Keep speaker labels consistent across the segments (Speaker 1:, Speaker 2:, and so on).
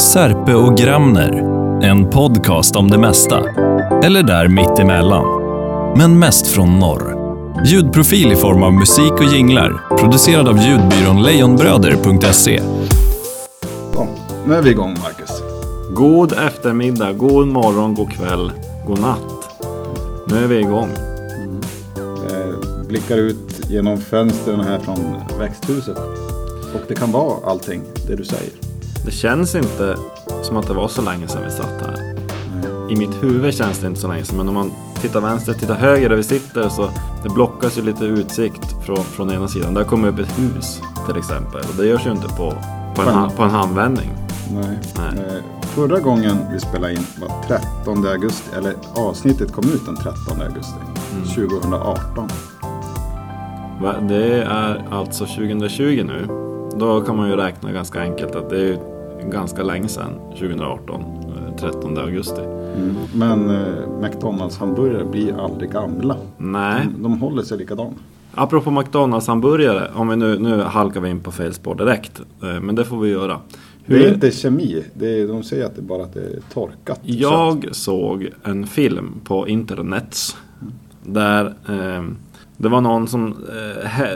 Speaker 1: Särpe och Gramner. En podcast om det mesta. Eller där mittemellan. Men mest från norr. Ljudprofil i form av musik och jinglar. Producerad av ljudbyrån lejonbröder.se.
Speaker 2: Ja, nu är vi igång Marcus.
Speaker 3: God eftermiddag, god morgon, god kväll, god natt. Nu är vi igång.
Speaker 2: Eh, blickar ut genom fönstren här från växthuset. Och det kan vara allting, det du säger.
Speaker 3: Det känns inte som att det var så länge sedan vi satt här.
Speaker 2: Nej.
Speaker 3: I mitt huvud känns det inte så länge sedan, men om man tittar vänster, tittar höger där vi sitter så det blockas ju lite utsikt från, från ena sidan. Där kommer upp ett hus till exempel och det görs ju inte på, på, en, ha- på en handvändning.
Speaker 2: Nej.
Speaker 3: Nej.
Speaker 2: Eh, förra gången vi spelade in var 13 augusti, eller avsnittet kom ut den 13 augusti
Speaker 3: Mm.
Speaker 2: 2018.
Speaker 3: Va? Det är alltså 2020 nu. Då kan man ju räkna ganska enkelt att det är ju ganska länge sedan, 2018, eh, 13 augusti.
Speaker 2: Mm. Men eh, McDonalds hamburgare blir aldrig gamla.
Speaker 3: Nej,
Speaker 2: De håller sig likadana.
Speaker 3: Apropå McDonalds-hamburgare, om vi nu, nu halkar vi in på fel spår direkt. eh, Men det får vi göra. Hur,
Speaker 2: Det är inte kemi, det är, de säger att det bara att det är torkat. kött.
Speaker 3: jag såg en film på internets. Där eh, det var någon som eh, he,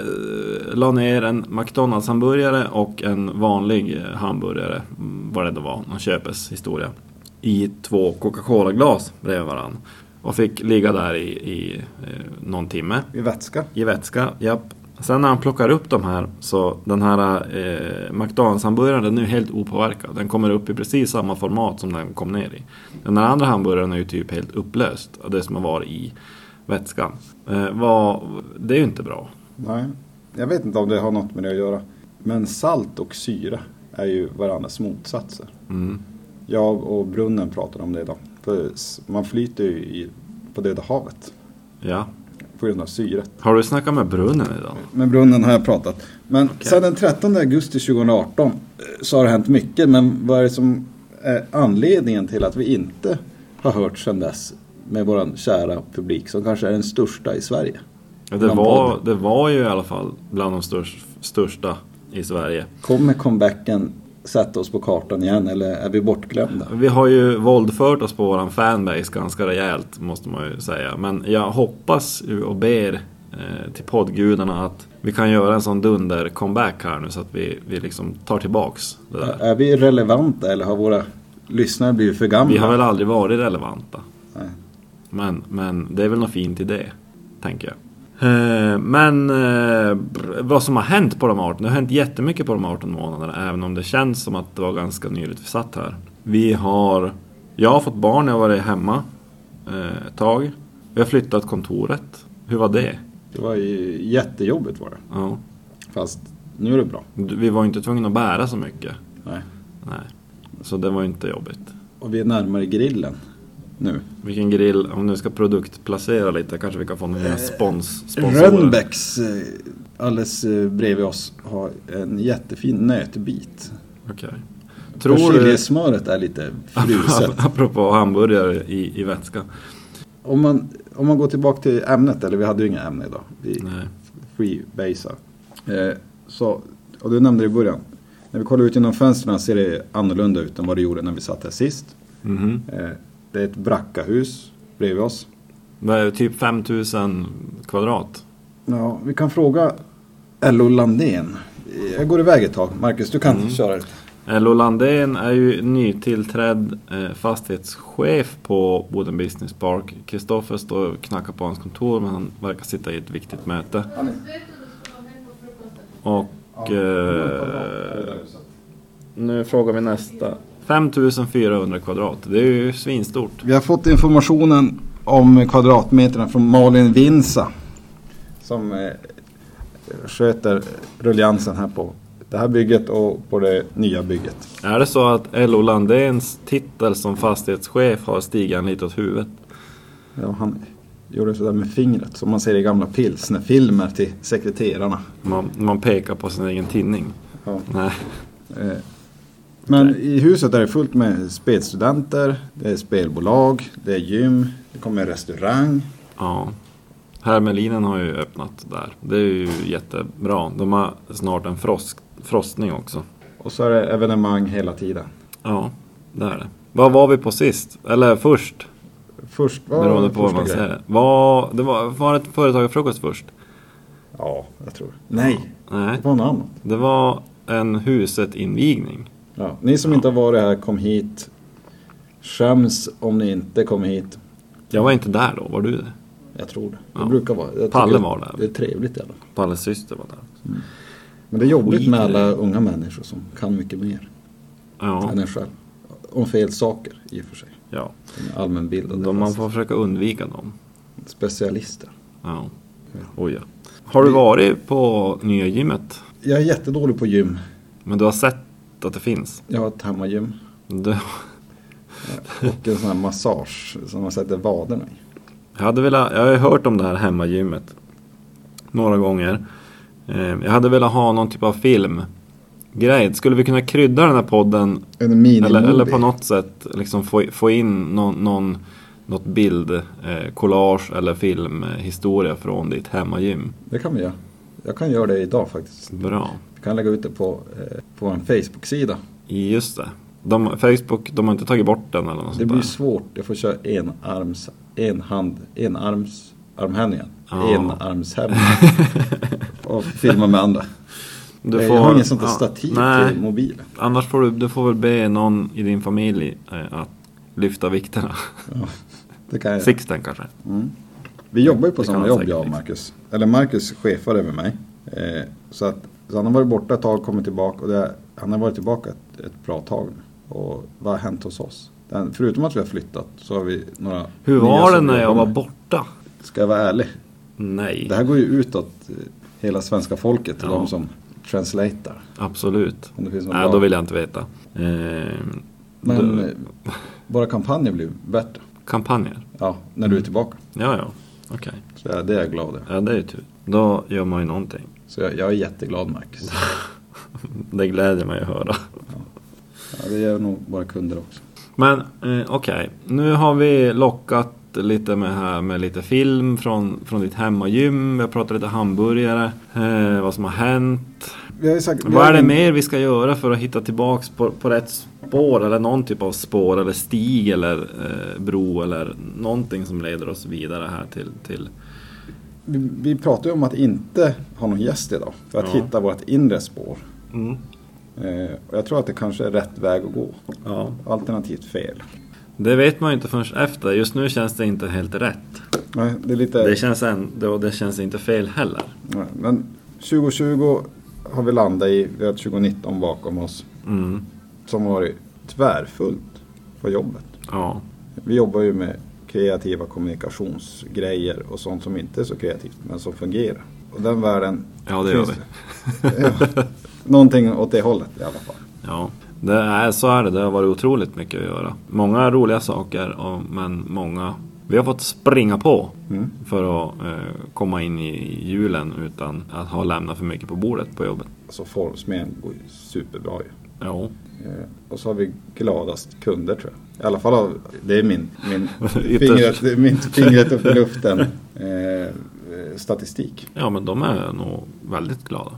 Speaker 3: la ner en McDonalds-hamburgare och en vanlig eh, hamburgare. mm, Vad det då var, någon köpeshistoria. I två Coca-Cola-glas bredvid varandra. Och fick ligga där i, i eh, någon timme.
Speaker 2: I vätska.
Speaker 3: I vätska, japp. Sen när han plockar upp de här så den här eh, McDonalds-hamburgaren den är ju helt opåverkad. Den kommer upp i precis samma format som den kom ner i. Den här andra hamburgaren är ju typ helt upplöst av det som har varit i vätskan. Eh, vad, det är ju inte bra.
Speaker 2: Nej, jag vet inte om det har något med det att göra. Men salt och syra är ju varandras motsatser.
Speaker 3: Mm.
Speaker 2: Jag och brunnen pratade om det idag. För s- man flyter ju i, på Döda havet
Speaker 3: Ja.
Speaker 2: på grund av syret.
Speaker 3: Har du snackat med brunnen idag?
Speaker 2: Men brunnen har jag pratat. Men sedan den 13 augusti 2018 eh, så har det hänt mycket. Men vad är det som är anledningen till att vi inte har hört sedan dess med vår kära publik som kanske är den största i Sverige?
Speaker 3: Ja, det,
Speaker 2: Bland
Speaker 3: var,
Speaker 2: podden.
Speaker 3: det var ju i alla fall bland de störst, största i Sverige.
Speaker 2: Kommer comebacken sätta oss på kartan igen eller är vi bortglömda?
Speaker 3: Vi har ju våldfört oss på våran fanbase ganska rejält måste man ju säga. Men jag hoppas ju och ber eh, till poddgudarna att vi kan göra en sån dunder comeback här nu så att vi, vi liksom tar tillbaks det där.
Speaker 2: Är vi relevanta eller har våra lyssnare blivit för gamla?
Speaker 3: Vi har väl aldrig varit relevanta.
Speaker 2: Nej.
Speaker 3: Men, men det är väl något fint i det, tänker jag. Eh, Men eh, br- vad som har hänt på de 18, det har hänt jättemycket på de 18 månaderna även om det känns som att det var ganska nyligt vi satt här. Vi har, jag har fått barn, jag har varit hemma eh, ett tag. Vi har flyttat kontoret. Hur var det?
Speaker 2: Det var ju jättejobbigt var det.
Speaker 3: Ja.
Speaker 2: Fast nu är det bra.
Speaker 3: Du- Vi var ju inte tvungna att bära så mycket.
Speaker 2: Nej.
Speaker 3: Nej. Så det var ju inte jobbigt.
Speaker 2: Och vi är närmare grillen nu.
Speaker 3: Vilken grill, om du ska produktplacera lite kanske vi kan få några spons. sponsorer.
Speaker 2: Rönnbäcks eh, alldeles eh, bredvid oss har en jättefin nötbit.
Speaker 3: Okej. Tror du...
Speaker 2: Persiljesmöret är lite fruset.
Speaker 3: Apropå hamburgare i, i vätska.
Speaker 2: om, man, om man går tillbaka till ämnet, eller vi hade ju inga ämne idag. Vi
Speaker 3: Nej.
Speaker 2: freebasar. Eh, så, och du nämnde det i början. När vi kollar ut genom fönstren ser det annorlunda ut än vad det gjorde när vi satt här sist.
Speaker 3: Mhm.
Speaker 2: Eh, Det är ett brackahus bredvid oss.
Speaker 3: Det är typ 5000 kvadrat.
Speaker 2: Ja, vi kan fråga Ello Landén. Jag går iväg ett tag. Marcus, du kan köra det.
Speaker 3: Ello Landén är ju nytillträdd eh, fastighetschef på Boden Business Park. Kristoffer står och knackar på hans kontor men han verkar sitta i ett viktigt möte. Och eh, nu frågar vi nästa. 5400 kvadrat, det är ju svinstort.
Speaker 2: Vi har fått informationen om kvadratmeterna från Malin Vinsa. Som eh, sköter rulliansen här på det här bygget och på det nya bygget.
Speaker 3: Är det så att Ello Landéns titel som fastighetschef har stigan lite åt huvudet?
Speaker 2: Ja, han gjorde sådär med fingret som man ser i gamla pilsnerfilmer till sekreterarna.
Speaker 3: Man, man pekar på sin egen tinning.
Speaker 2: Ja.
Speaker 3: Nej.
Speaker 2: Eh, Men i huset är det fullt med spelstudenter, det är spelbolag, det är gym, det kommer en restaurang.
Speaker 3: Ja. Hermelinen har ju öppnat där. Det är ju jättebra. De har snart en frosk, frostning också.
Speaker 2: Och så är det evenemang hela tiden.
Speaker 3: Ja. det är det. Vad var vi på sist? Eller först?
Speaker 2: Först var
Speaker 3: Beroende på vad man
Speaker 2: grejen?
Speaker 3: säger. Var det, var, var det företagarfrukost först?
Speaker 2: Ja, jag tror det. Nej,
Speaker 3: Nej.
Speaker 2: det var något annat.
Speaker 3: Det var en huset-invigning.
Speaker 2: Ja. Ni som inte har varit här, kom hit. Skäms om ni inte kom hit.
Speaker 3: Jag var inte där då, var du det?
Speaker 2: Jag tror det. Det
Speaker 3: Ja.
Speaker 2: brukar vara. Jag
Speaker 3: Palle
Speaker 2: tycker
Speaker 3: var där.
Speaker 2: Det är trevligt i alla fall.
Speaker 3: Palles syster var där.
Speaker 2: Men det är jobbigt
Speaker 3: Skit
Speaker 2: med
Speaker 3: i det.
Speaker 2: alla unga människor som kan mycket mer
Speaker 3: Ja,
Speaker 2: än en själv. Om fel saker i och för sig.
Speaker 3: ja.
Speaker 2: De är allmänbildade.
Speaker 3: De, man
Speaker 2: fast
Speaker 3: får försöka undvika dem.
Speaker 2: Specialister.
Speaker 3: Ja. Oj, ja. Har du varit på nya gymmet?
Speaker 2: Jag är jättedålig på gym.
Speaker 3: Men du har sett att det finns?
Speaker 2: Jag har ett hemmagym
Speaker 3: Du,
Speaker 2: och en sån här massage som man sätter vaderna i.
Speaker 3: jag, hade velat, jag har ju hört om det här hemmagymmet några gånger. Eh, Jag hade velat ha någon typ av filmgrej. Skulle vi kunna krydda den här podden
Speaker 2: En mini
Speaker 3: Eller, eller på något sätt liksom få, få in någon, någon, något bild, eh, collage eller filmhistoria från ditt hemmagym.
Speaker 2: Det kan vi göra. Jag kan göra det idag faktiskt.
Speaker 3: Bra.
Speaker 2: Vi kan lägga ut det på, eh, på en Facebook-sida.
Speaker 3: Just det. De, Facebook, de har inte tagit bort den eller något
Speaker 2: Det
Speaker 3: sånt
Speaker 2: blir
Speaker 3: där.
Speaker 2: svårt. Jag får köra en arms, en hand, en arms, armhävningen.
Speaker 3: Ja.
Speaker 2: En armshävningen. och filma med andra.
Speaker 3: Du
Speaker 2: jag har inget sånt där
Speaker 3: ja,
Speaker 2: stativ
Speaker 3: nej.
Speaker 2: till mobilen.
Speaker 3: Annars får du, du får väl be någon i din familj eh, att lyfta vikterna.
Speaker 2: Ja, det kan jag.
Speaker 3: Sixten kanske.
Speaker 2: Vi jobbar ju på
Speaker 3: Det kan
Speaker 2: samma
Speaker 3: han
Speaker 2: jobb
Speaker 3: säkert,
Speaker 2: jag och
Speaker 3: liksom.
Speaker 2: Marcus. Eller Marcus chefar över mig. Eh, så att så han har varit borta ett tag, kommit tillbaka och det, han har varit tillbaka ett, ett bra tag nu. Och vad har hänt hos oss? Den, förutom att vi har flyttat så har vi några
Speaker 3: Hur
Speaker 2: nya
Speaker 3: var det
Speaker 2: som
Speaker 3: när jag
Speaker 2: jobbar
Speaker 3: var
Speaker 2: med.
Speaker 3: borta?
Speaker 2: Ska jag vara ärlig?
Speaker 3: Nej,
Speaker 2: Det här går ju utåt eh, hela svenska folket till
Speaker 3: Ja.
Speaker 2: de som translatar.
Speaker 3: absolut.
Speaker 2: Om det finns något
Speaker 3: Nej,
Speaker 2: bra.
Speaker 3: då vill jag inte veta. Eh,
Speaker 2: Men
Speaker 3: du-
Speaker 2: eh, våra kampanjer blir bättre.
Speaker 3: kampanjer?
Speaker 2: Ja, när du är tillbaka.
Speaker 3: Ja, ja. Okej.
Speaker 2: Så jag- det är jag glad över.
Speaker 3: Ja, det är ju tur. Då gör man ju någonting.
Speaker 2: Så jag, jag är jätteglad Marcus.
Speaker 3: Det gläder mig att höra.
Speaker 2: Ja, det gör nog våra kunder också.
Speaker 3: Men eh, okej, nu har vi lockat lite med, här, med lite film från, från ditt hemmagym. Vi har pratat lite hamburgare, eh, vad som har hänt.
Speaker 2: Vi har ju sagt, vi
Speaker 3: Vad
Speaker 2: har
Speaker 3: är det
Speaker 2: ju-
Speaker 3: mer vi ska göra för att hitta tillbaks på, på rätt spår? Eller någon typ av spår eller stig eller eh, bro eller någonting som leder oss vidare här till... till
Speaker 2: Vi, vi pratar ju om att inte ha någon gäst idag. För att
Speaker 3: Ja.
Speaker 2: hitta vårt inre spår.
Speaker 3: Mm.
Speaker 2: Eh, och jag tror att det kanske är rätt väg att gå.
Speaker 3: Ja.
Speaker 2: Alternativt fel.
Speaker 3: Det vet man ju inte förrän efter. Just nu känns det inte helt rätt.
Speaker 2: Nej, det är lite...
Speaker 3: Det känns, en, och det känns inte fel heller.
Speaker 2: nej, Men 2020 har vi landat i. Vi har 2019 bakom oss.
Speaker 3: Mm.
Speaker 2: Som har varit tvärfullt på jobbet.
Speaker 3: Ja.
Speaker 2: Vi jobbar ju med kreativa kommunikationsgrejer och sånt som inte är så kreativt men som fungerar. Och den världen...
Speaker 3: Ja, det gör
Speaker 2: finns
Speaker 3: vi.
Speaker 2: det. Ja. Någonting åt det hållet i alla fall.
Speaker 3: Ja, det är, så är det. Det har varit otroligt mycket att göra. Många roliga saker, och, men många... Vi har fått springa på
Speaker 2: Mm.
Speaker 3: för att eh, komma in i julen utan att ha lämnat för mycket på bordet på jobbet.
Speaker 2: Alltså formsmeden går ju superbra ju.
Speaker 3: Ja,
Speaker 2: Eh, Och så har vi gladast kunder tror jag. I alla fall av, det är min, min
Speaker 3: Ytterst.
Speaker 2: fingret, det är min fingret upp i luften eh, eh, statistik.
Speaker 3: ja men de är nog väldigt glada.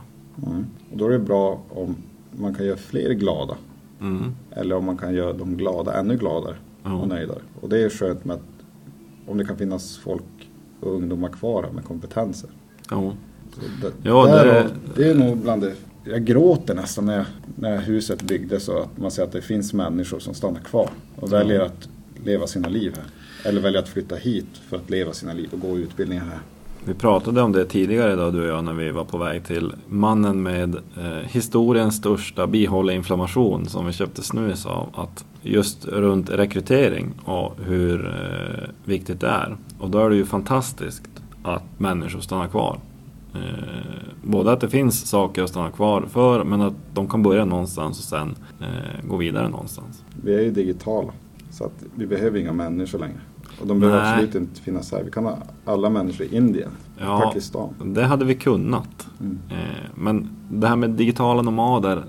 Speaker 2: Mm. Och då är det bra om man kan göra fler glada.
Speaker 3: Mm.
Speaker 2: Eller om man kan göra dem glada ännu gladare
Speaker 3: Ja.
Speaker 2: och nöjdare. Och det är skönt med att om det kan finnas folk och ungdomar kvar här med kompetenser.
Speaker 3: Ja.
Speaker 2: Så det,
Speaker 3: Ja, det-
Speaker 2: därav- det är nog bland det. Jag gråter nästan när, jag, när huset byggdes och att man ser att det finns människor som stannar kvar och väljer att leva sina liv här. Eller väljer att flytta hit för att leva sina liv och gå utbildningar här.
Speaker 3: Vi pratade om det tidigare idag du och jag när vi var på väg till mannen med eh, historiens största bihåleinflammation som vi köpte snus av. Att just runt rekrytering och hur eh, viktigt det är. Och då är det ju fantastiskt att människor stannar kvar. Eh, både att det finns saker att stanna kvar för men att de kan börja någonstans och sen eh, gå vidare någonstans.
Speaker 2: Vi är ju digitala så att vi behöver inga människor längre. Och de behöver
Speaker 3: Nej.
Speaker 2: absolut inte finnas här. Vi kan ha alla människor i Indien,
Speaker 3: Ja.
Speaker 2: Pakistan.
Speaker 3: Det hade vi kunnat.
Speaker 2: Mm.
Speaker 3: Eh, Men det här med digitala nomader,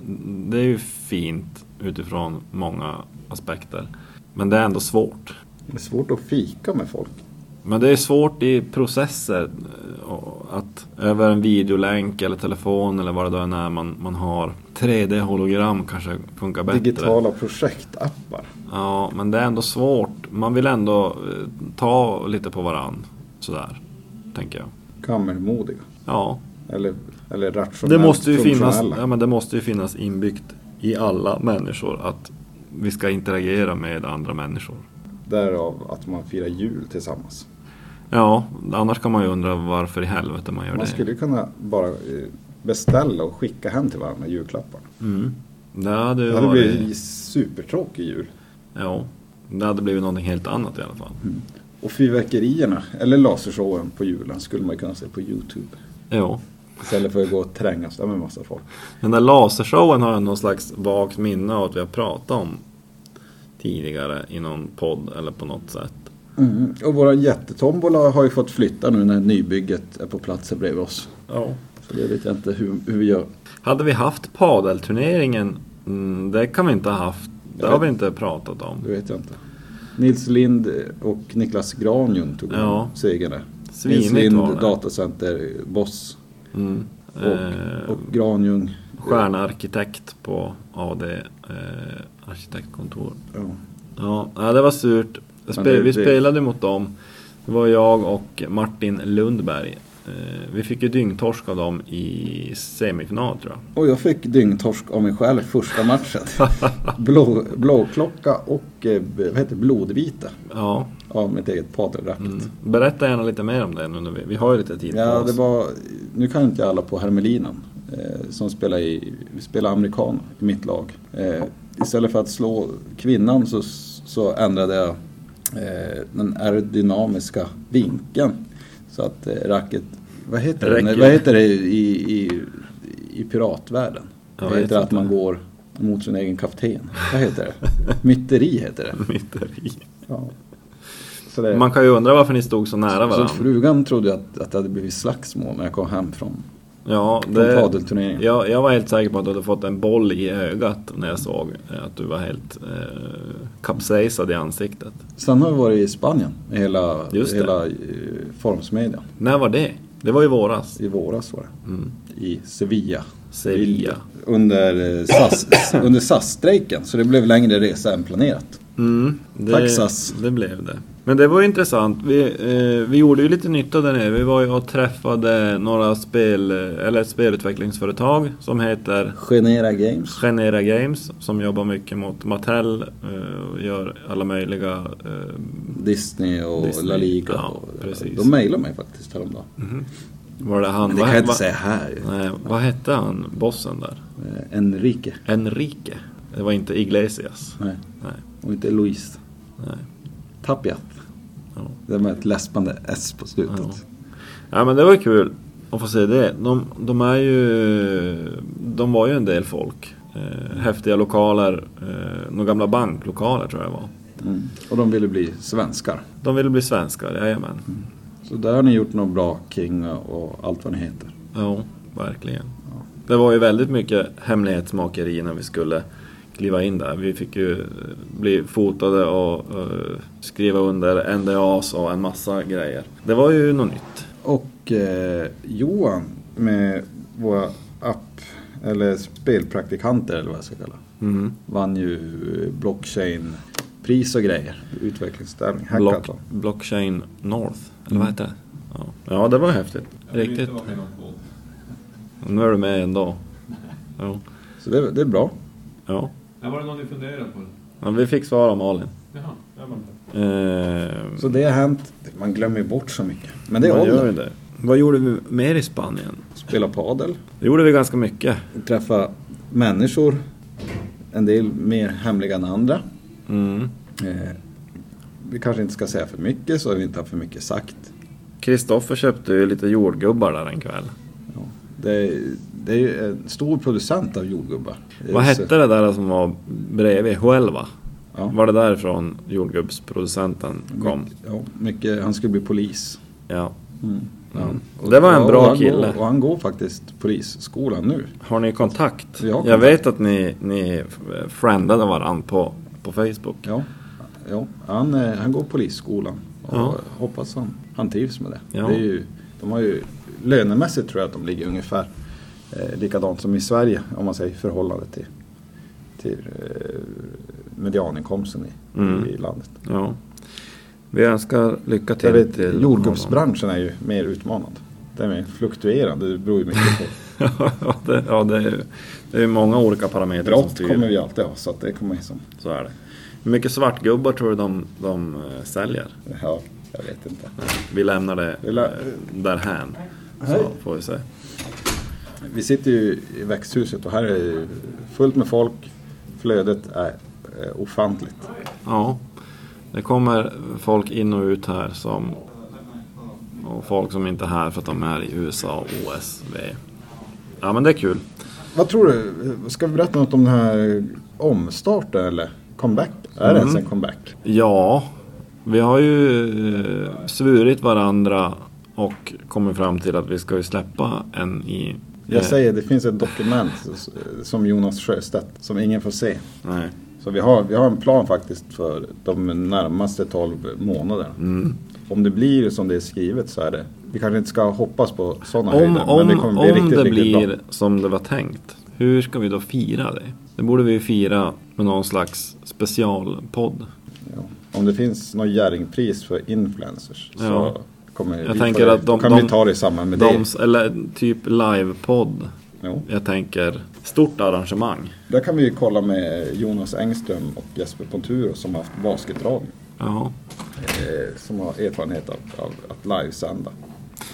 Speaker 3: det är ju fint utifrån många aspekter. Men det är ändå svårt.
Speaker 2: Det är svårt att fika med folk.
Speaker 3: Men det är svårt i processer eh, och att över en videolänk eller telefon eller vad det då än är man, man har 3D-hologram kanske funkar bättre.
Speaker 2: Digitala projektappar.
Speaker 3: Ja, men det är ändå svårt. Man vill ändå eh, ta lite på varann. Sådär, tänker jag.
Speaker 2: Kammermodiga.
Speaker 3: Ja,
Speaker 2: Eller, eller rationellt
Speaker 3: det måste, ju finnas,
Speaker 2: funktionella.
Speaker 3: ja men det måste ju finnas inbyggt i alla människor att vi ska interagera med andra människor.
Speaker 2: Därav att man firar jul tillsammans.
Speaker 3: Ja, annars kan man ju undra varför i helvete man gör
Speaker 2: Man
Speaker 3: det.
Speaker 2: skulle ju kunna bara eh, beställa och skicka hem till varandra julklappar.
Speaker 3: Mm. Det hade ju
Speaker 2: Det hade
Speaker 3: varit...
Speaker 2: blivit supertråkig jul.
Speaker 3: Ja, det hade blivit någonting helt annat i alla fall.
Speaker 2: Och fyrverkerierna, eller lasershowen på julen, skulle man kunna se på Youtube.
Speaker 3: Jo.
Speaker 2: Istället för att gå och trängas där med massa folk.
Speaker 3: Den där lasershowen har jag någon slags vagt minne av att vi har pratat om tidigare i någon podd eller på något sätt.
Speaker 2: Mm. Och våran jättetombola har ju fått flytta nu när nybygget är på plats här bredvid oss.
Speaker 3: Ja.
Speaker 2: Så det vet jag inte hur, hur vi gör.
Speaker 3: Hade vi haft padelturneringen? Mm, det kan vi inte ha haft. Det
Speaker 2: Jag
Speaker 3: har
Speaker 2: vet-
Speaker 3: vi inte pratat om.
Speaker 2: Det vet jag inte. Nils Lind och Niklas Granjun tog
Speaker 3: Ja.
Speaker 2: segern där. Nils
Speaker 3: Svinigt
Speaker 2: Lind,
Speaker 3: var det.
Speaker 2: datacenter, boss.
Speaker 3: Mm.
Speaker 2: Och,
Speaker 3: Eh,
Speaker 2: och Granjung.
Speaker 3: stjärnarkitekt på AD eh, arkitektkontor.
Speaker 2: Ja.
Speaker 3: Ja, nej, det var surt. Jag
Speaker 2: Men
Speaker 3: spe-
Speaker 2: det-
Speaker 3: vi
Speaker 2: det-
Speaker 3: spelade mot dem. Det var jag och Martin Lundberg. Eh, Vi fick ju dyngtorsk av dem i semifinal tror jag.
Speaker 2: Och jag fick dyngtorsk av mig själv första matchen. Blå, blåklocka och eh, vad heter det, blodvita
Speaker 3: Ja,
Speaker 2: av mitt eget padelracket.
Speaker 3: mm. Berätta gärna lite mer om det nu när vi, vi har ju lite tid
Speaker 2: Ja,
Speaker 3: på
Speaker 2: det
Speaker 3: oss.
Speaker 2: var, nu kan inte jag alla på Hermelinan eh, som spelar, i, spelar amerikan i mitt lag. Eh, istället för att slå kvinnan så, så ändrade jag eh, den aerodynamiska vinkeln. Så att eh, racket, vad heter, det,
Speaker 3: Räcker.
Speaker 2: vad heter det i, i, i piratvärlden?
Speaker 3: Jag
Speaker 2: det
Speaker 3: vet
Speaker 2: heter att
Speaker 3: inte.
Speaker 2: man går mot sin egen kapten. Vad heter det? Myteri heter det.
Speaker 3: Mitt i.
Speaker 2: Ja. Så det
Speaker 3: Man kan ju undra varför ni stod så nära
Speaker 2: Eh. så
Speaker 3: varandra.
Speaker 2: frugan trodde ju att, att det hade blivit slagsmål när jag kom hem från
Speaker 3: Ja,
Speaker 2: Från
Speaker 3: det,
Speaker 2: padelturneringen.
Speaker 3: jag, jag var helt säker på att du hade fått en boll i ögat när jag såg eh, att du var helt eh, kapsejsad i ansiktet.
Speaker 2: Sen har vi varit i Spanien, i hela,
Speaker 3: Just det.
Speaker 2: hela eh, formsmedjan.
Speaker 3: När var det? Det var i våras.
Speaker 2: I våras var det.
Speaker 3: Mm.
Speaker 2: I Sevilla.
Speaker 3: Sevilla.
Speaker 2: Under, eh, SAS, under SAS-strejken, så det blev längre resa än planerat.
Speaker 3: Mm, det,
Speaker 2: Tack, SAS.
Speaker 3: Det blev det. Men det var ju intressant. Vi, eh, vi gjorde ju lite nytta där nere. Vi var ju och träffade några spel, eller ett spelutvecklingsföretag som heter
Speaker 2: Genera Games.
Speaker 3: Genera Games som jobbar mycket mot Mattel eh, och gör alla möjliga... Eh,
Speaker 2: Disney och
Speaker 3: Disney,
Speaker 2: La Liga.
Speaker 3: ja,
Speaker 2: och,
Speaker 3: precis.
Speaker 2: de mejlade mig faktiskt häromdagen.
Speaker 3: var det han?
Speaker 2: Men det
Speaker 3: vad,
Speaker 2: kan jag inte
Speaker 3: vad-
Speaker 2: säga här. ju.
Speaker 3: Nej, vad hette han, bossen där?
Speaker 2: Eh, Enrique.
Speaker 3: Enrique. Det var inte Iglesias.
Speaker 2: Nej.
Speaker 3: Nej,
Speaker 2: Och inte Luis.
Speaker 3: nej.
Speaker 2: Tapiat.
Speaker 3: Ja.
Speaker 2: Det var ett läspande S på slutet.
Speaker 3: Ja. Ja men det var kul att få se det. De, de är ju... De var ju en del folk. Eh, häftiga lokaler. Eh, några gamla banklokaler tror jag det var.
Speaker 2: Mm. Och de ville bli svenskar.
Speaker 3: De ville bli svenskar, jajamän.
Speaker 2: Så där har ni gjort något bra, King och allt vad ni heter.
Speaker 3: Ja, verkligen. Det var ju väldigt mycket hemlighetsmakeri när vi skulle kliva in där. Vi fick ju eh, bli fotade och eh, skriva under NDAs och en massa grejer. Det var ju något nytt.
Speaker 2: Och eh, Johan med våra app eller spelpraktikanter eller vad jag ska kalla
Speaker 3: Mm.
Speaker 2: vann ju eh, blockchain-pris och grejer. Utvecklingsstävling,
Speaker 3: Block,
Speaker 2: hackathon.
Speaker 3: blockchain North, eller vad heter det? Mm. Ja. ja, det var häftigt. Riktigt. Nu är du med ändå. Ja.
Speaker 2: Så det, det är bra.
Speaker 3: ja.
Speaker 4: Ja, var det någon ni funderade på?
Speaker 3: Men vi fick svar av Malin.
Speaker 4: Jaha, jag var
Speaker 3: Eh,
Speaker 2: Så det har hänt. Man glömmer ju bort så mycket. Men det är
Speaker 3: man gör ju
Speaker 2: åldern.
Speaker 3: det. Vad gjorde vi mer i Spanien?
Speaker 2: Spela padel,
Speaker 3: Det gjorde vi ganska mycket.
Speaker 2: träffa människor. En del mer hemliga än andra.
Speaker 3: Mm.
Speaker 2: Eh, vi kanske inte ska säga för mycket så vi inte har för mycket sagt.
Speaker 3: Kristoffer köpte ju lite jordgubbar där en kväll.
Speaker 2: Ja. Det, det är ju en stor producent av jordgubbar.
Speaker 3: Vad
Speaker 2: Så-
Speaker 3: hette det där som var bredvid? Huelva?
Speaker 2: Ja.
Speaker 3: Var det därifrån jordgubbsproducenten kom?
Speaker 2: Mycket, ja, mycket, han skulle bli polis.
Speaker 3: Ja.
Speaker 2: Ja. Och-
Speaker 3: Mm. Det var en
Speaker 2: ja,
Speaker 3: bra
Speaker 2: och han
Speaker 3: kille.
Speaker 2: Går, och han går faktiskt polisskolan nu.
Speaker 3: Har ni kontakt?
Speaker 2: Vi har
Speaker 3: Jag
Speaker 2: kontakt.
Speaker 3: vet att ni, ni f- friendade varann på, på Facebook.
Speaker 2: Ja, ja han, eh, han går polisskolan. Och
Speaker 3: Ja.
Speaker 2: Hoppas han, han trivs med det.
Speaker 3: Ja.
Speaker 2: det är ju, de har ju lönemässigt tror jag att de ligger ungefär eh, likadant som i Sverige om man säger i förhållande till, till eh, medianinkomsten i,
Speaker 3: Mm.
Speaker 2: i landet.
Speaker 3: Ja. Vi önskar lycka till.
Speaker 2: Jag vet,
Speaker 3: till
Speaker 2: jordgubbsbranschen är ju mer utmanande. Den är fluktuerande, det beror ju mycket på.
Speaker 3: honom. ja, det, ja, det är ju det är ju många olika parametrar som
Speaker 2: Brott
Speaker 3: styr.
Speaker 2: kommer vi alltid ha så att det kommer som,
Speaker 3: Så är det. Hur mycket svartgubbar tror du de, de eh, säljer?
Speaker 2: ja, jag vet inte.
Speaker 3: Vi lämnar det
Speaker 2: Vi lä-
Speaker 3: eh, därhän.
Speaker 2: Hej.
Speaker 3: Så får vi se.
Speaker 2: Vi sitter ju i växthuset och här är ju fullt med folk. Flödet är eh, ofantligt.
Speaker 3: Ja, det kommer folk in och ut här som och folk som inte är här för att de är i USA och OSV. Ja men det är kul.
Speaker 2: Vad tror du? Ska vi berätta något om den här omstarten eller comeback? Är det
Speaker 3: Mm.
Speaker 2: ens en comeback?
Speaker 3: Ja, vi har ju eh, svurit varandra och kommit fram till att vi ska ju släppa en i...
Speaker 2: Jag
Speaker 3: eh,
Speaker 2: säger, det finns ett dokument s- som Jonas Sjöstedt som ingen får se.
Speaker 3: Nej.
Speaker 2: Så vi har, vi har en plan faktiskt för de närmaste 12 månaderna.
Speaker 3: Mm.
Speaker 2: Om det blir som det är skrivet så är det. Vi kanske inte ska hoppas på sådana
Speaker 3: Om,
Speaker 2: höjder.
Speaker 3: om,
Speaker 2: men det
Speaker 3: det,
Speaker 2: kommer
Speaker 3: om
Speaker 2: bli riktigt,
Speaker 3: det
Speaker 2: riktigt
Speaker 3: blir
Speaker 2: bra.
Speaker 3: som det var tänkt, hur ska vi då fira det? Det borde vi ju fira med någon slags specialpodd.
Speaker 2: Ja. Om det finns något gärringpris för influencers
Speaker 3: Ja.
Speaker 2: så kommer
Speaker 3: Jag
Speaker 2: vi
Speaker 3: tänker
Speaker 2: få,
Speaker 3: att de-
Speaker 2: kan
Speaker 3: de-
Speaker 2: vi ta det i samband med
Speaker 3: De,
Speaker 2: det.
Speaker 3: eller typ livepodd.
Speaker 2: Jo.
Speaker 3: Jag tänker stort arrangemang.
Speaker 2: Där kan vi ju kolla med Jonas Engström och Jesper Ponturo som har haft basketdragning.
Speaker 3: Ja.
Speaker 2: Eh, som har erfarenhet av, av att livesända.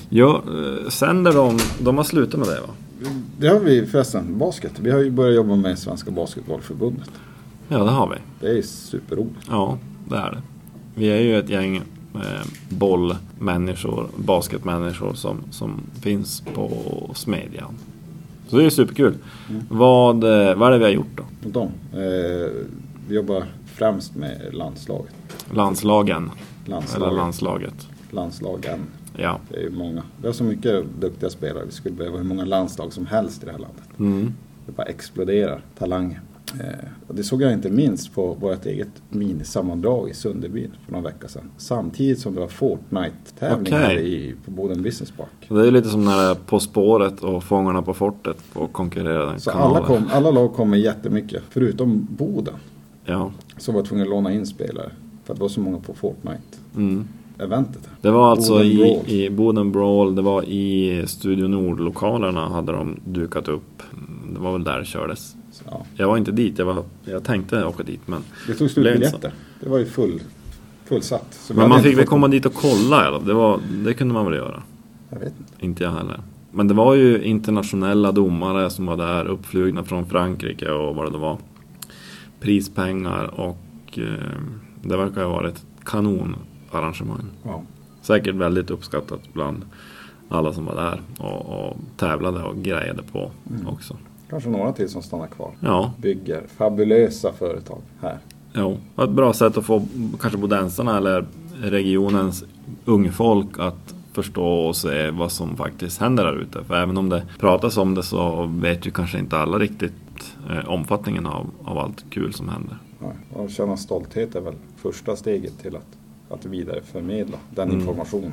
Speaker 3: Ja, eh, sänder de, de har slutat med det va?
Speaker 2: Det har vi förresten, basket. Vi har ju börjat jobba med Svenska Basketbollförbundet.
Speaker 3: Ja, det har vi.
Speaker 2: Det är superroligt.
Speaker 3: Ja, det är det. Vi är ju ett gäng eh, bollmänniskor, basketmänniskor som, som finns på Smedjan. Så det är ju superkul.
Speaker 2: Mm.
Speaker 3: Vad, eh, vad är det vi har gjort då?
Speaker 2: Och De, eh, vi jobbar främst med landslaget.
Speaker 3: Landslagen. Eller
Speaker 2: Landslaget.
Speaker 3: landslaget.
Speaker 2: Landslagen.
Speaker 3: Ja.
Speaker 2: Det är ju många. Vi har så mycket duktiga spelare. Vi skulle behöva hur många landslag som helst i det här landet.
Speaker 3: Mm.
Speaker 2: Det bara exploderar, talang. Eh, och det såg jag inte minst på vårt eget minisammandrag i Sunderbyn för några veckor sedan. Samtidigt som det var Fortnite-tävling här
Speaker 3: Okej.
Speaker 2: i, på Boden Business Park.
Speaker 3: Så Det är lite som när det är På spåret och Fångarna på fortet och konkurrerade
Speaker 2: Så
Speaker 3: kanaler.
Speaker 2: alla, kom, alla lag kom med jättemycket, förutom Boden.
Speaker 3: Ja.
Speaker 2: Som var tvungna att låna in spelare. För att det var så många på Fortnite-eventet.
Speaker 3: Mm.
Speaker 2: här.
Speaker 3: Det var alltså
Speaker 2: Boden
Speaker 3: i,
Speaker 2: Brawl.
Speaker 3: i Boden Brawl, det var i Studio Nord-lokalerna hade de dukat upp. Mm, Det var väl där det kördes.
Speaker 2: Så, ja.
Speaker 3: Jag var inte dit, jag, var, jag tänkte åka dit men...
Speaker 2: Det tog slut
Speaker 3: Blev inte så.
Speaker 2: biljetter. Det var ju full, fullsatt. Så vi
Speaker 3: Men
Speaker 2: hade
Speaker 3: man
Speaker 2: inte
Speaker 3: fick väl
Speaker 2: fått-
Speaker 3: komma dit och kolla i alla fall. det, var, det kunde man väl göra.
Speaker 2: Jag vet inte.
Speaker 3: Inte jag heller. Men det var ju internationella domare som var där, uppflugna från Frankrike och vad det då var. Prispengar och eh, det verkar ha varit ett kanonarrangemang.
Speaker 2: Ja.
Speaker 3: Säkert väldigt uppskattat bland alla som var där och, och tävlade och grejade på
Speaker 2: Mm.
Speaker 3: också.
Speaker 2: Kanske några till som stannar kvar.
Speaker 3: Ja,
Speaker 2: Bygger fabulösa företag här.
Speaker 3: jo. Det var ett bra sätt att få kanske bodensarna eller regionens ungfolk att förstå och se vad som faktiskt händer där ute. För även om det pratas om det så vet ju kanske inte alla riktigt eh, omfattningen av, av allt kul som händer.
Speaker 2: Ja. Och att känna stolthet är väl första steget till att, att vidareförmedla den
Speaker 3: Mm.
Speaker 2: informationen.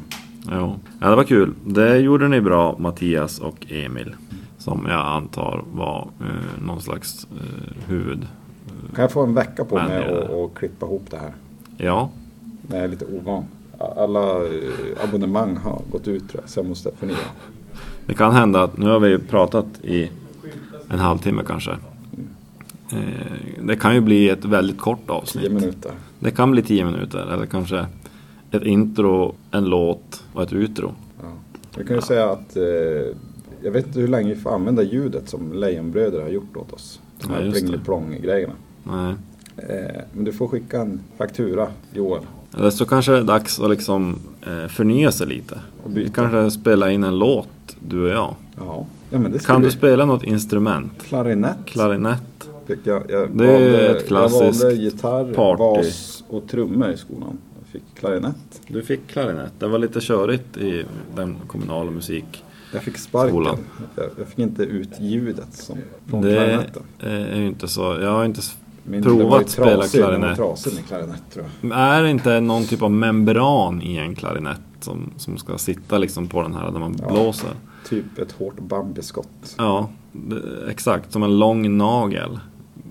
Speaker 3: Jo. Ja, det var kul. Det gjorde ni bra, Mattias och Emil. Som jag antar var eh, någon slags eh, huvud...
Speaker 2: Kan jag få en vecka på
Speaker 3: Men,
Speaker 2: mig
Speaker 3: ja.
Speaker 2: och, och klippa ihop det här?
Speaker 3: Ja,
Speaker 2: Men jag är lite ovan. Alla eh, abonnemang har gått ut tror jag, så jag måste förnya.
Speaker 3: Det kan hända att nu har vi ju pratat i en halvtimme kanske. Eh, Det kan ju bli ett väldigt kort
Speaker 2: Tio
Speaker 3: avsnitt.
Speaker 2: minuter.
Speaker 3: Det kan bli tio minuter eller kanske ett intro, en låt och ett utro.
Speaker 2: Ja. Jag kan ju säga att eh, jag vet inte hur länge vi får använda ljudet som Lejonbröder har gjort åt oss. De
Speaker 3: Ja,
Speaker 2: här
Speaker 3: just det.
Speaker 2: plingeplong-grejerna.
Speaker 3: Nej.
Speaker 2: Eh, men du får skicka en faktura, Joel.
Speaker 3: Eller så kanske det är dags att liksom eh, förnya sig lite.
Speaker 2: Och byta.
Speaker 3: Vi kanske spela in en låt, du och jag.
Speaker 2: Ja, ja men det
Speaker 3: Kan
Speaker 2: skulle
Speaker 3: du spela något instrument?
Speaker 2: Klarinett.
Speaker 3: Klarinett?
Speaker 2: fick jag, jag
Speaker 3: Det är ett klassiskt
Speaker 2: Jag valde gitarr,
Speaker 3: party.
Speaker 2: bas och trummor i skolan. Jag fick klarinett.
Speaker 3: Du fick klarinett. Det var lite körigt i den kommunala musik.
Speaker 2: Jag fick sparken.
Speaker 3: Skolan.
Speaker 2: Jag, jag fick inte ut ljudet som, från
Speaker 3: Det
Speaker 2: klarinetten. är
Speaker 3: är ju inte så. Jag har inte s-
Speaker 2: Min, den var ju
Speaker 3: provat spela
Speaker 2: trasig, den var
Speaker 3: klarinett.
Speaker 2: trasig, min klarinett tror jag.
Speaker 3: Är det inte någon typ av membran i en klarinett? som, som ska sitta liksom på den här där man
Speaker 2: Ja.
Speaker 3: blåser.
Speaker 2: Typ ett hårt bambiskott.
Speaker 3: Ja, det, exakt. Som en lång nagel.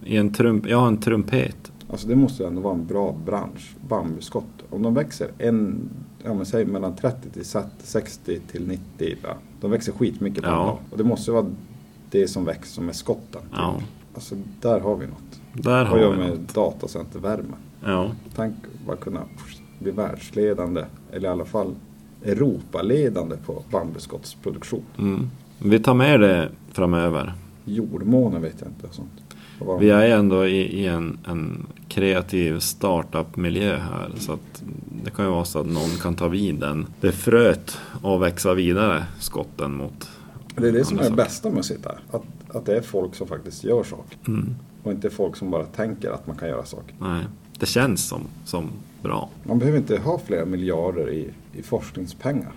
Speaker 3: I en trump, jag har en trumpet.
Speaker 2: Alltså det måste ju ändå vara en bra bransch. Bambuskott. Om de växer en, ja men säg mellan 30 till 60 till 90. Ja, de växer skitmycket på
Speaker 3: Ja.
Speaker 2: en dag. Och det måste ju vara det som växer som är skotten.
Speaker 3: Ja,
Speaker 2: Alltså där har vi något.
Speaker 3: där har
Speaker 2: Vad gör
Speaker 3: vi
Speaker 2: med
Speaker 3: något.
Speaker 2: datacentervärme?
Speaker 3: Ja,
Speaker 2: Tänk att kunna bli världsledande, eller i alla fall Europaledande på bambuskottsproduktion.
Speaker 3: mm. Vi tar med det framöver.
Speaker 2: Jordmånen vet jag inte. Sånt. Vad var-
Speaker 3: Vi är ändå i, i en, en kreativ startup-miljö här. Så att det kan ju vara så att någon kan ta vid den. Det fröet och växa vidare skotten mot.
Speaker 2: Det är det som är det
Speaker 3: Andersson.
Speaker 2: bästa med att sitta här. Att, att det är folk som faktiskt gör saker.
Speaker 3: Mm.
Speaker 2: Och inte folk som bara tänker att man kan göra saker.
Speaker 3: Nej, det känns som, som bra.
Speaker 2: Man behöver inte ha flera miljarder i, i forskningspengar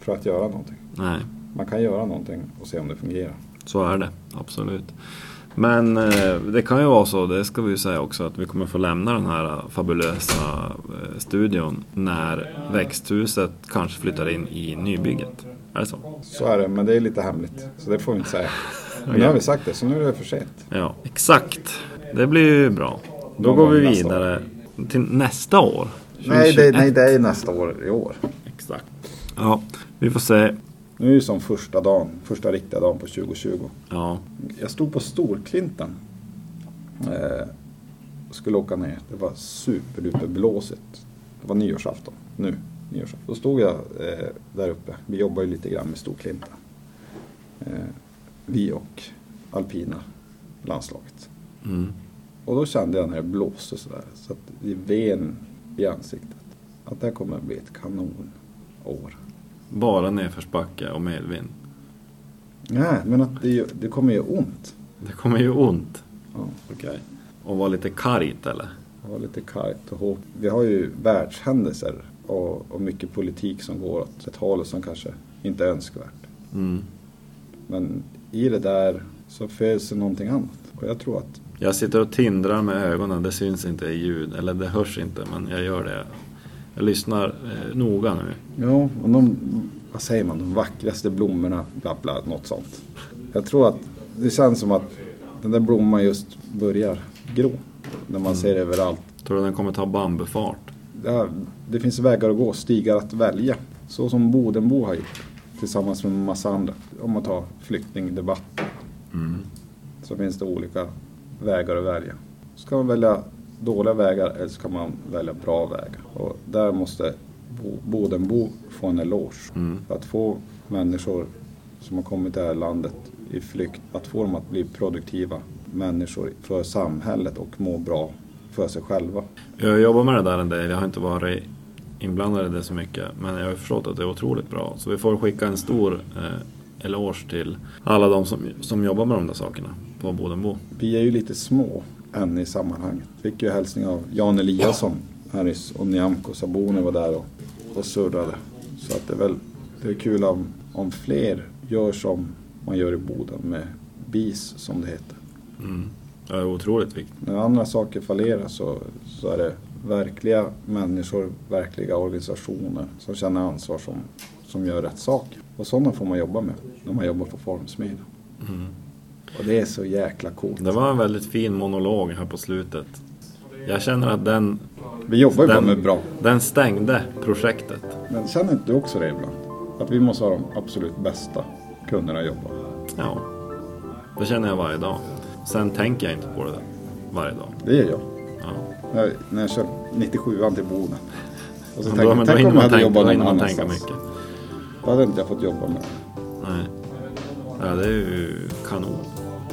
Speaker 2: för att göra någonting.
Speaker 3: Nej,
Speaker 2: Man kan göra någonting och se om det fungerar.
Speaker 3: så är det. Absolut. Men eh, det kan ju vara så, det ska vi ju säga också, att vi kommer få lämna den här eh, fabulösa eh, studion när växthuset kanske flyttar in i nybygget. Är det så?
Speaker 2: Så är det, men det är lite hemligt. Så det får vi inte säga. Men nu har vi sagt det, så nu är det för sent.
Speaker 3: Ja, exakt. Det blir ju bra. Då
Speaker 2: Någon
Speaker 3: går vi
Speaker 2: gång nästa
Speaker 3: vidare till nästa år. 2021.
Speaker 2: är nästa år i år.
Speaker 3: Exakt. Ja, vi får se.
Speaker 2: Nu är det som första dagen, första riktiga dagen på 2020.
Speaker 3: Ja,
Speaker 2: Jag stod på Storklinten. Eh, skulle åka ner. Det var superduper blåsigt. Det var nyårsafton. Nu, nyårsafton. Då stod jag eh, där uppe. Vi jobbar ju lite grann med Storklinten. Eh, vi och alpina landslaget.
Speaker 3: mm.
Speaker 2: Och då kände jag när det blåste sådär, så att det ven i ansiktet. Att det här kommer att bli ett kanonår.
Speaker 3: bara nedförsbacke och medvind.
Speaker 2: Nej, men att det, gör- det kommer göra ont.
Speaker 3: Det kommer ju ont.
Speaker 2: Ja.
Speaker 3: Okej. Och vara lite kargt eller?
Speaker 2: Det var lite kargt och hårt. Vi har ju världshändelser och, och mycket politik som går åt ett håll som kanske inte är önskvärt.
Speaker 3: Mm.
Speaker 2: Men i det där så föds det någonting annat. Och jag tror att
Speaker 3: Jag sitter och tindrar med ögonen. Det syns inte i ljud. Eller det hörs inte, men jag gör det. Jag lyssnar eh, noga nu.
Speaker 2: Ja, och de, vad säger man, de vackraste blommorna, bla bla, något sånt. Jag tror att det känns som att den där blomman just börjar gro. När man ser överallt.
Speaker 3: Tror du den kommer ta bambufart?
Speaker 2: Det, här, det finns vägar att gå, stigar att välja. Så som Bodenbo har gjort. Tillsammans med en massa andra. Om man tar flyktingdebatt. Så finns det olika vägar att välja. Ska man välja dåliga vägar eller ska man välja bra vägar? Och där måste Bo- Bodenbo få en eloge. För att få människor som har kommit till det här landet i flykt, att få dem att bli produktiva människor för samhället och må bra för sig själva.
Speaker 3: Jag jobbar med det där en del. Jag har inte varit inblandad i det så mycket. Men jag har förstått att det är otroligt bra. Så vi får skicka en stor eh, eloge till alla de som, som jobbar med de där sakerna på Bodenbo.
Speaker 2: Vi är ju lite små än i sammanhanget. Fick ju hälsning av Jan Eliasson här nyss och Nyamko Sabuni var där och, och surrade. Så att det är väl det är kul om, om fler gör som man gör i Boden med BIS som det heter.
Speaker 3: Mm. Det är otroligt viktigt.
Speaker 2: När andra saker fallerar så, så är det verkliga människor, verkliga organisationer som känner ansvar som, som gör rätt saker. Och sådana får man jobba med när man jobbar på Formsmeden. Och det är så jäkla coolt.
Speaker 3: Det var en väldigt fin monolog här på slutet. Jag känner att den,
Speaker 2: Vi jobbar ju bara
Speaker 3: Den-
Speaker 2: med bra.
Speaker 3: den stängde projektet.
Speaker 2: Men känner inte du också det ibland? Att vi måste ha de absolut bästa kunderna att jobba med.
Speaker 3: Ja, det känner jag varje dag. Sen tänker jag inte på det där varje dag.
Speaker 2: Det gör jag.
Speaker 3: Ja.
Speaker 2: När jag, när jag kör 97an till Boden. Och så
Speaker 3: Men
Speaker 2: tänker
Speaker 3: då,
Speaker 2: jag,
Speaker 3: men då
Speaker 2: tänk
Speaker 3: hinner
Speaker 2: om jag
Speaker 3: man
Speaker 2: hade
Speaker 3: tänka,
Speaker 2: jobbat
Speaker 3: då
Speaker 2: någon
Speaker 3: hinner man tänka
Speaker 2: annanstans.
Speaker 3: mycket.
Speaker 2: Då hade inte jag fått jobba med det.
Speaker 3: Nej. Ja, det är ju kanon.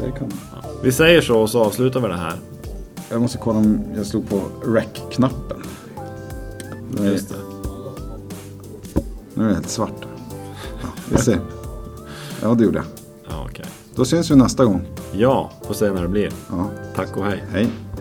Speaker 2: det. Kan.
Speaker 3: Ja. Vi säger så och så avslutar vi det här.
Speaker 2: Jag måste kolla om jag slog på rec-knappen. Nu är,
Speaker 3: Just det.
Speaker 2: nu är det helt svart. Ja, vi ser. Ja, det gjorde jag.
Speaker 3: Ja, okej.
Speaker 2: Då syns vi nästa gång.
Speaker 3: Ja, får se när det blir.
Speaker 2: Ja,
Speaker 3: Tack och hej.
Speaker 2: hej.